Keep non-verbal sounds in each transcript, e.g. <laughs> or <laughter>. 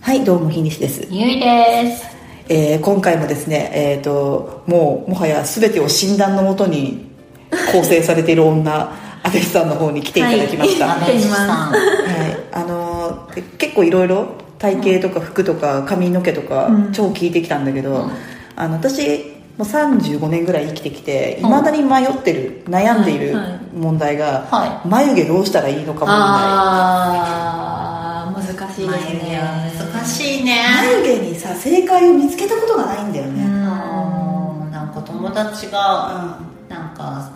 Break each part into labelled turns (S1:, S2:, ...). S1: はい、どうも、ひにしです。
S2: ゆいです。
S1: えー今回もですね、えっ、と、もう、もはや全てを診断のもとに構成されている
S3: <laughs>
S1: 女、安倍さんの方に来ていただきました。
S2: ア
S1: はい、
S2: ベジさん。
S1: あのーで結構いろいろ、体型とか服とか髪の毛とか、
S3: うん
S1: 超聞いてきたんだけど、
S2: うん
S1: あの、私、もう35年ぐらい生きてきて、
S2: うん
S1: いまだに迷ってる、悩んでいる
S3: はいはい
S1: 問題が、
S2: は
S1: 眉毛どうしたらいいのか問題。
S2: あー、難しいです
S3: 眉毛
S2: ね
S3: は。難
S2: しいね
S1: 眉毛にさ、正解を見つけたことがないんだよね。
S2: なんか友達が、なんか、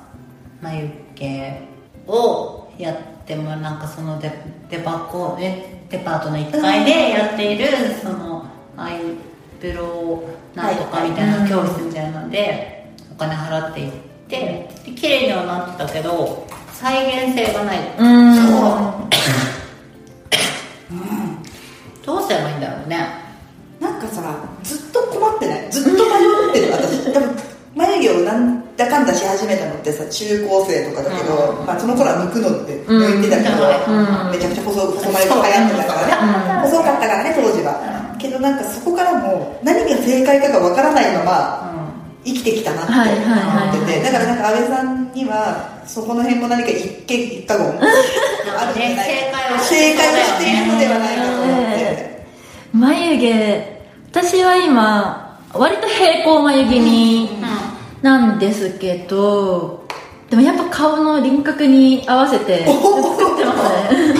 S2: 眉毛をやっても、なんかそのデデパコ、え、デパートの1階でやっている、その、アイブロウなんとかみたいな教室みたいなので、お金払っていって、で綺麗にはなってたけど、再現性がない。
S3: うん
S2: どうすればいいんだろうね。
S1: なんかさずっと困ってないずっと迷ってる私多分眉毛をなんだかんだし始めたのってさ中高生とかだけど、
S2: うん
S1: まあ、その頃は抜くのって抜いてたけど、
S2: うん
S1: めちゃくちゃ細細眉毛が流行ってたからね、
S2: うん
S1: 細かったからね当時は、けどなんかそこからもう何が正解かがわからないまま生きてきたなって思ってて、
S3: は
S2: は
S3: いはい
S2: いはい
S1: だからなんか阿部さんにはそこの辺も何か一見一過言あるんじゃない
S2: なんかね
S1: 正
S2: 正解を知ってる方だよね
S1: 解をしているのではないかと思って。
S3: 眉毛私は今割と平行眉毛になんですけどでもやっぱ顔の輪郭に合わせ
S1: <laughs>
S3: て作ってますね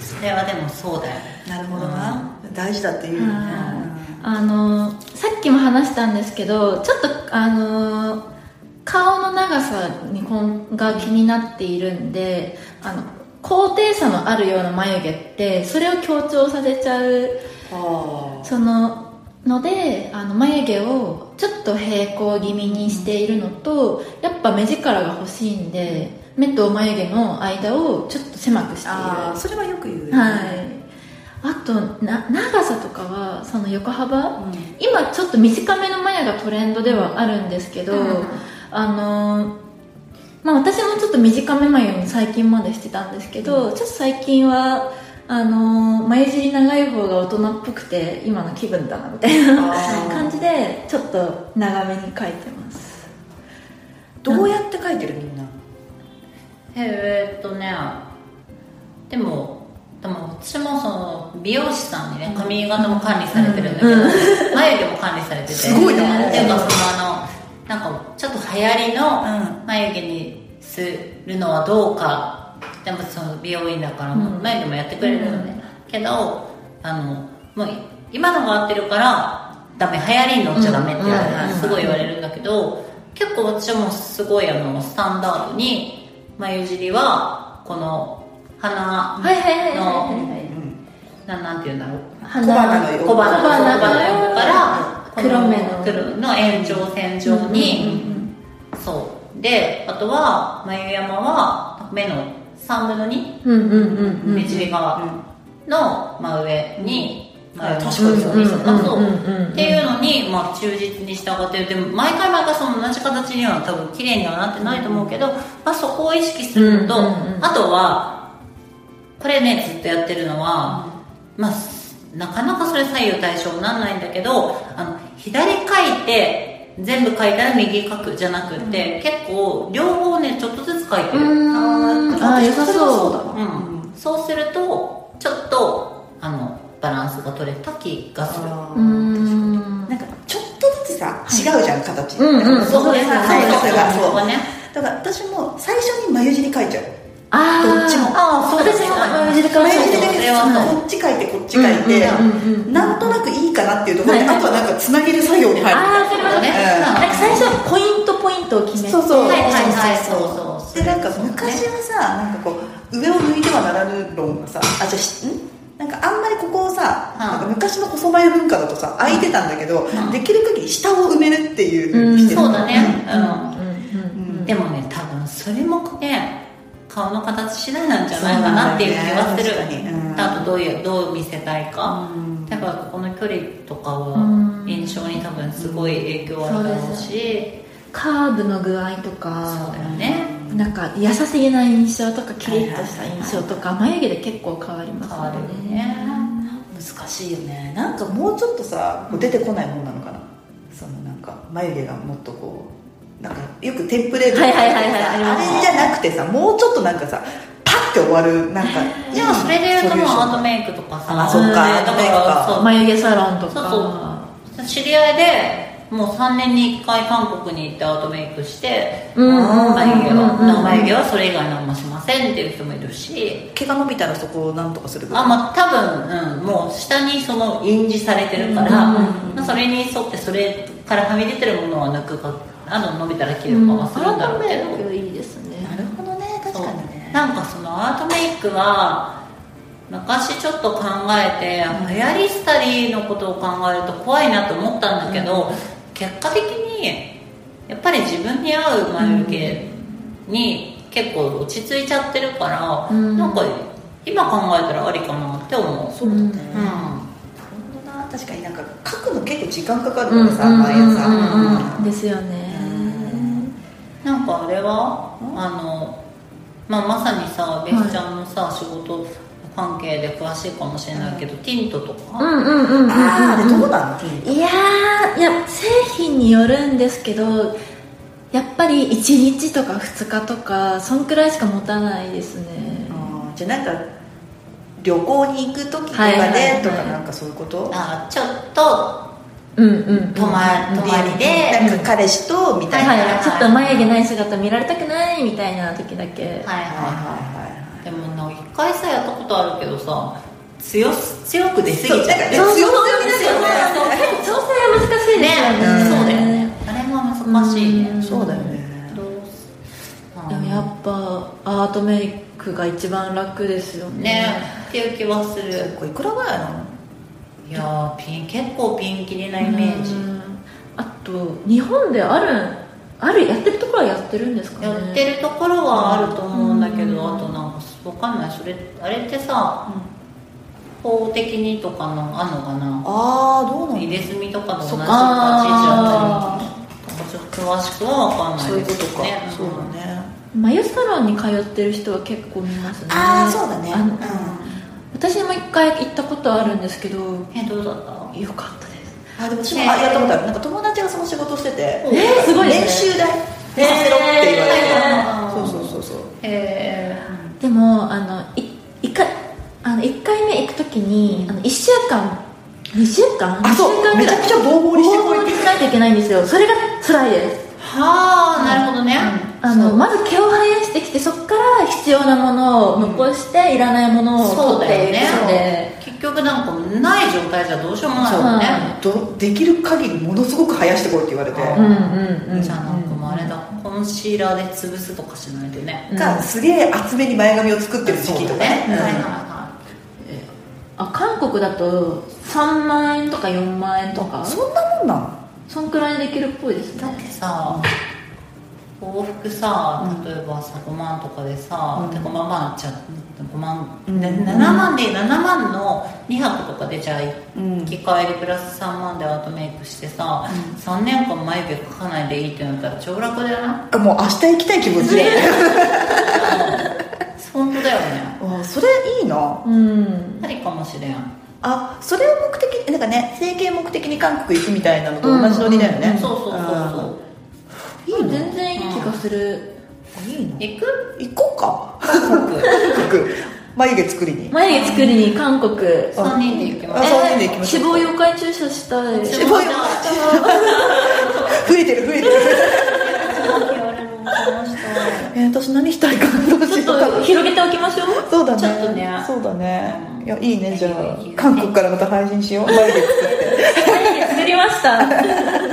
S2: それはでもそうだよね。
S1: なるほどな、大事だっていうよね、
S3: はいあのさっきも話したんですけどちょっとあの顔の長さにこんが気になっているんであの高低差のあるような眉毛ってそれを強調させちゃう
S1: は
S3: そののであの眉毛をちょっと平行気味にしているのとやっぱ目力が欲しいんで目と眉毛の間をちょっと狭くしている
S1: ああそれはよく言うよね
S3: はいあとな長さとかはその横幅
S1: うん
S3: 今ちょっと短めの眉がトレンドではあるんですけど、
S1: うん
S3: あのーまあ私もちょっと短め眉に最近までしてたんですけど、ちょっと最近はあのー眉尻長い方が大人っぽくて今の気分だなみたいな
S1: あー
S3: 感じでちょっと長めに描いてます
S1: どうやって書いてるみんな
S2: えーっとね、でも、でも私もその美容師さんにね、髪型も管理されてるんだけど、眉毛も管理されてて、
S1: すごいな
S2: っていうかそのあの、なんかちょっと流行り
S1: う
S2: の眉毛にするのはどうか、でもその美容院だから、
S3: うん
S2: 眉毛もやってくれるのね。けど、あの、もう今のが合ってるから、ダメ、流行りに乗っちゃダメって言われる
S1: うんうん
S2: すごい言われるんだけど結構私もすごいあのスタンダードに眉尻はこの鼻
S3: はいはいはいはい
S2: の
S3: はい
S2: ななんて言うんだろう
S3: 鼻
S1: 小鼻のよう
S2: 小鼻
S3: 小鼻
S2: 小鼻の
S3: の
S2: 方
S3: よう
S2: からこ
S3: 黒目の
S2: 黒の延長線上に、そうであとは眉山は目の3分の2
S3: うんうんうんうん
S2: 目尻側の真上に眉
S1: うん確
S2: 毛
S1: かにそうですね
S2: あと
S3: うんうんうんうん
S2: っていうのに、まあ、忠実に従ってるでも毎回毎回その同じ形には多分綺麗にはなってないと思うけど、まあ、そこを意識するのと、
S3: うんうんうん
S2: あとはこれねずっとやってるのは、まあなかなかそれ左右対称にならないんだけどあの左書いて全部書いたら右書くじゃなくて、結構両方ねちょっとずつ書いてる。
S3: うーんあー良さそう
S2: うん、そうするとちょっとあのバランスが取れた気がする
S1: あ
S3: うー
S1: ー
S3: ん
S1: なんかちょっとずつさ違うじゃん形
S3: うんうん
S1: なんか
S3: そうですね
S1: さ
S3: はい
S1: そうだ
S2: そ
S1: そう
S2: ね
S1: だから私も最初に眉尻書いちゃう
S3: あー
S1: どっちも
S2: ああそうですね
S3: 私も眉尻から
S1: 眉
S3: 描い
S1: 尻
S3: て
S1: だ
S3: ま
S1: け
S3: す
S1: で
S2: れは
S1: そうこっち書いてこっち書いて
S3: うんうんうん
S1: なんとなくいいかなっていうところで
S3: はいはい
S1: あとはなんかつなげる作業に入る
S3: ああ、なるほどね。
S1: うん
S3: なんか最初はポイントポイントを決めて。
S1: そうそう
S2: はいはい
S3: はい
S2: はいそうそう
S1: でなんか昔はさなんかこう上を向いてはならぬ論がさあじゃあしんなんかあんまりここをさ、
S2: うん
S1: なんか昔の細眉文化だとさ空いてたんだけど、
S2: ん
S1: できる限り下を埋めるっていうふうにしてる、
S2: そうだねうん
S3: うんうんうん
S2: でもね多分それもね顔の形次第なんじゃないかなっていう気がす
S1: そうだ
S2: る、
S1: ね確かにうん
S2: あとどういうどう見せたいか、
S1: うん
S2: やっぱここの距離とか
S3: う
S2: は
S3: ん
S2: 印象に多分すごい影響あるだろう
S3: そう
S2: し、
S3: カーブの具合と
S2: そう
S3: か
S2: だ、よね
S3: なんか優しげな印象とかキリッとした印象とか眉毛で結変わります
S2: 変
S3: よ
S2: わるよね難し
S1: しいよねなんかもうちょっとさこう出てこないもんなのかなそのなんか眉毛がもっとこうなんかよくテンプレートとかさ
S3: はいはいはいはいありますね
S1: あれじゃなくてさもうちょっとなんかさパッて終わるなんか
S2: でもそれで言うともうアート
S1: メ
S2: メイクとかさ
S1: あそっか
S2: ん
S1: アートメイクか
S2: そう
S3: 眉毛サロンとか
S2: そう知り合いでもう3年に1回韓国に行ってアートメイクして、
S3: うん
S1: うん
S2: 眉毛
S3: うんうんうんう
S2: は
S3: ん
S2: 眉毛はそれ以外何もしませんっていう人もいるし
S1: 毛が伸びたらそこをなんとかするぐらい
S2: あまあ多分、うん、もう下にその印字されてるから、
S3: うんうん
S2: まあそれに沿ってそれからはみ出てるものは抜くかあの伸びたら切るかはするんだろうけど、
S3: うんいいですね
S1: なるほどね確かにね
S2: なんかそのアートメイクは昔ちょっと考えて流行りしたりのことを考えると怖いなと思ったんだけど、結果的にやっぱり自分に合う眉毛に結構落ち着いちゃってるから、
S3: うん
S2: なんか今考えたらありかなって思う、
S1: そうだね、
S3: うん
S2: うん
S1: なるほどな確かになんか書くの結構時間かかるからさ、毎朝、
S3: うんですよね
S2: なんかあれは、
S1: うん
S2: あの、まあ、まさにさベスちゃんのさ、仕事関係で詳しいかもしれないけど、ティントとか、
S3: うんうんうんうんうん
S1: あああれどうなのティーン
S3: いやーいや製品によるんですけどやっぱり1日とか2日とかそんくらいしか持たないですね
S1: あーじゃあなんか旅行に行く時とか
S3: はいはいは
S1: ね
S3: い
S1: とかなんかそういうこと
S2: あちょっと
S3: うんうん
S2: 泊ま泊まりで
S1: なんか彼氏とみた
S3: はいい
S1: な、
S3: は
S1: はいいはい、
S3: はいちょっと眉毛ない姿見られたくないみたいな時だけ
S2: はいは
S1: はい
S2: いでもなんか一回さやったことあるけどさ強す強く出すぎちゃう
S1: そうだから
S2: ね
S1: 強強になるよね
S3: ね調整が難しいですよね
S1: ね
S2: そうだよねあれは難しいね
S3: うん
S1: そうだよね
S2: どうす
S3: でもやっぱアートメイクが一番楽ですよね
S2: ねっていう気はする
S1: これいくらぐらいなの
S2: いやーピン結構ピンキリなイメージ
S3: うんあと日本であるあるやってるところはやってるんですかね
S2: やってるところはあると思うんだけど
S3: うん
S2: あとなんかわかんないそれあれってさ法的にとかのあんのかな
S1: ああどうなの
S2: 入れ墨とかと同じ
S3: そ
S2: とか
S3: っか
S2: ちょっと詳しくは分かん
S1: そう
S2: ない
S1: いう
S2: で
S1: こ
S2: す
S1: とか、
S2: ね
S1: そうだね
S3: 眉サロンに通ってる人は結構見ますね
S1: ああそうだね
S3: あの
S1: う
S3: 私も一回行ったことあるんですけど
S2: えどうだった
S3: よかったです
S1: んあでも私も
S2: ね
S1: あやったことあるなんか友達がその仕事してて
S2: えー
S3: すごいね
S1: 練習代させろって言われて、
S2: えー
S1: そうそうそうそう
S2: へ
S3: でもあのい一回あの一回目行く時に、あの1週間2週間
S1: あ
S3: 二
S1: そ
S3: 週
S1: う
S3: 間
S1: め
S3: ぐ
S1: ち
S3: ら
S1: ゃ
S3: い
S1: くちゃボーボーにしてこい
S3: 応募にしないといけないんですよそれが辛いです
S2: えはあなるほどね
S3: あのまず毛を生やしてきてそこから必要なものを残して、いらないものを
S2: そう
S3: 取っ
S2: だよ
S3: ていくの
S2: ね
S3: で
S2: 結局なんかない状態じゃどうしようもないもんね
S1: どできる限りものすごく生やしてこいって言われて、
S2: あー
S3: うんうんうん
S2: じゃあなんかもうあれだコンシーラーで潰すとかしないとね
S1: がすげえ厚めに前髪を作ってる時期とかね
S2: はいはい
S1: うん
S2: は
S3: あ韓国だと3万円とか4万円とかそ
S1: そんなもんなの
S3: んくらいできるっぽいです
S2: いだって
S3: ね
S2: さ往復さ例えばさ5万とかでさ、
S1: うん
S2: てかまあまあじゃあ5万、
S1: うん
S2: な7万で7万の2泊とかでじゃあ
S1: うん
S2: 行き帰りプラス3万でアートメイクしてさ、3年間眉毛描かないでいいってなったら超楽だよな
S1: あもう明日行きたい気持ちで
S2: <laughs> 本当だよね
S1: あそれいいな
S3: うん
S2: ありかもしれん、
S1: あそれを目的なんかね整形目的に韓国行くみたいなのと同じノリだよね、
S3: うん
S2: そうそうそう
S1: あ
S2: そ
S1: いいね
S3: 全然いい気がする、
S1: いいの
S2: う行く
S1: 行こうか
S2: 韓
S1: <laughs>
S2: 国
S1: 韓国眉毛作りに
S3: 眉毛作りに韓国
S2: 3人で行きま
S1: あ
S2: す
S1: そういうので行きまし
S3: 死
S1: ょう
S3: 亡妖怪注射したい
S1: 脂肪よ増えてる増
S2: <laughs>
S1: えてるえー私何したいかなどうし
S3: ち
S1: よ
S3: ょっ
S1: うかな
S3: と広げておきましょう
S1: そうだね
S2: ちょっとね
S1: そうだねいやいいねじゃ
S2: いいよいい
S1: あ
S2: よ
S1: 韓国からまた配信しよう眉毛作って
S3: 眉毛作りました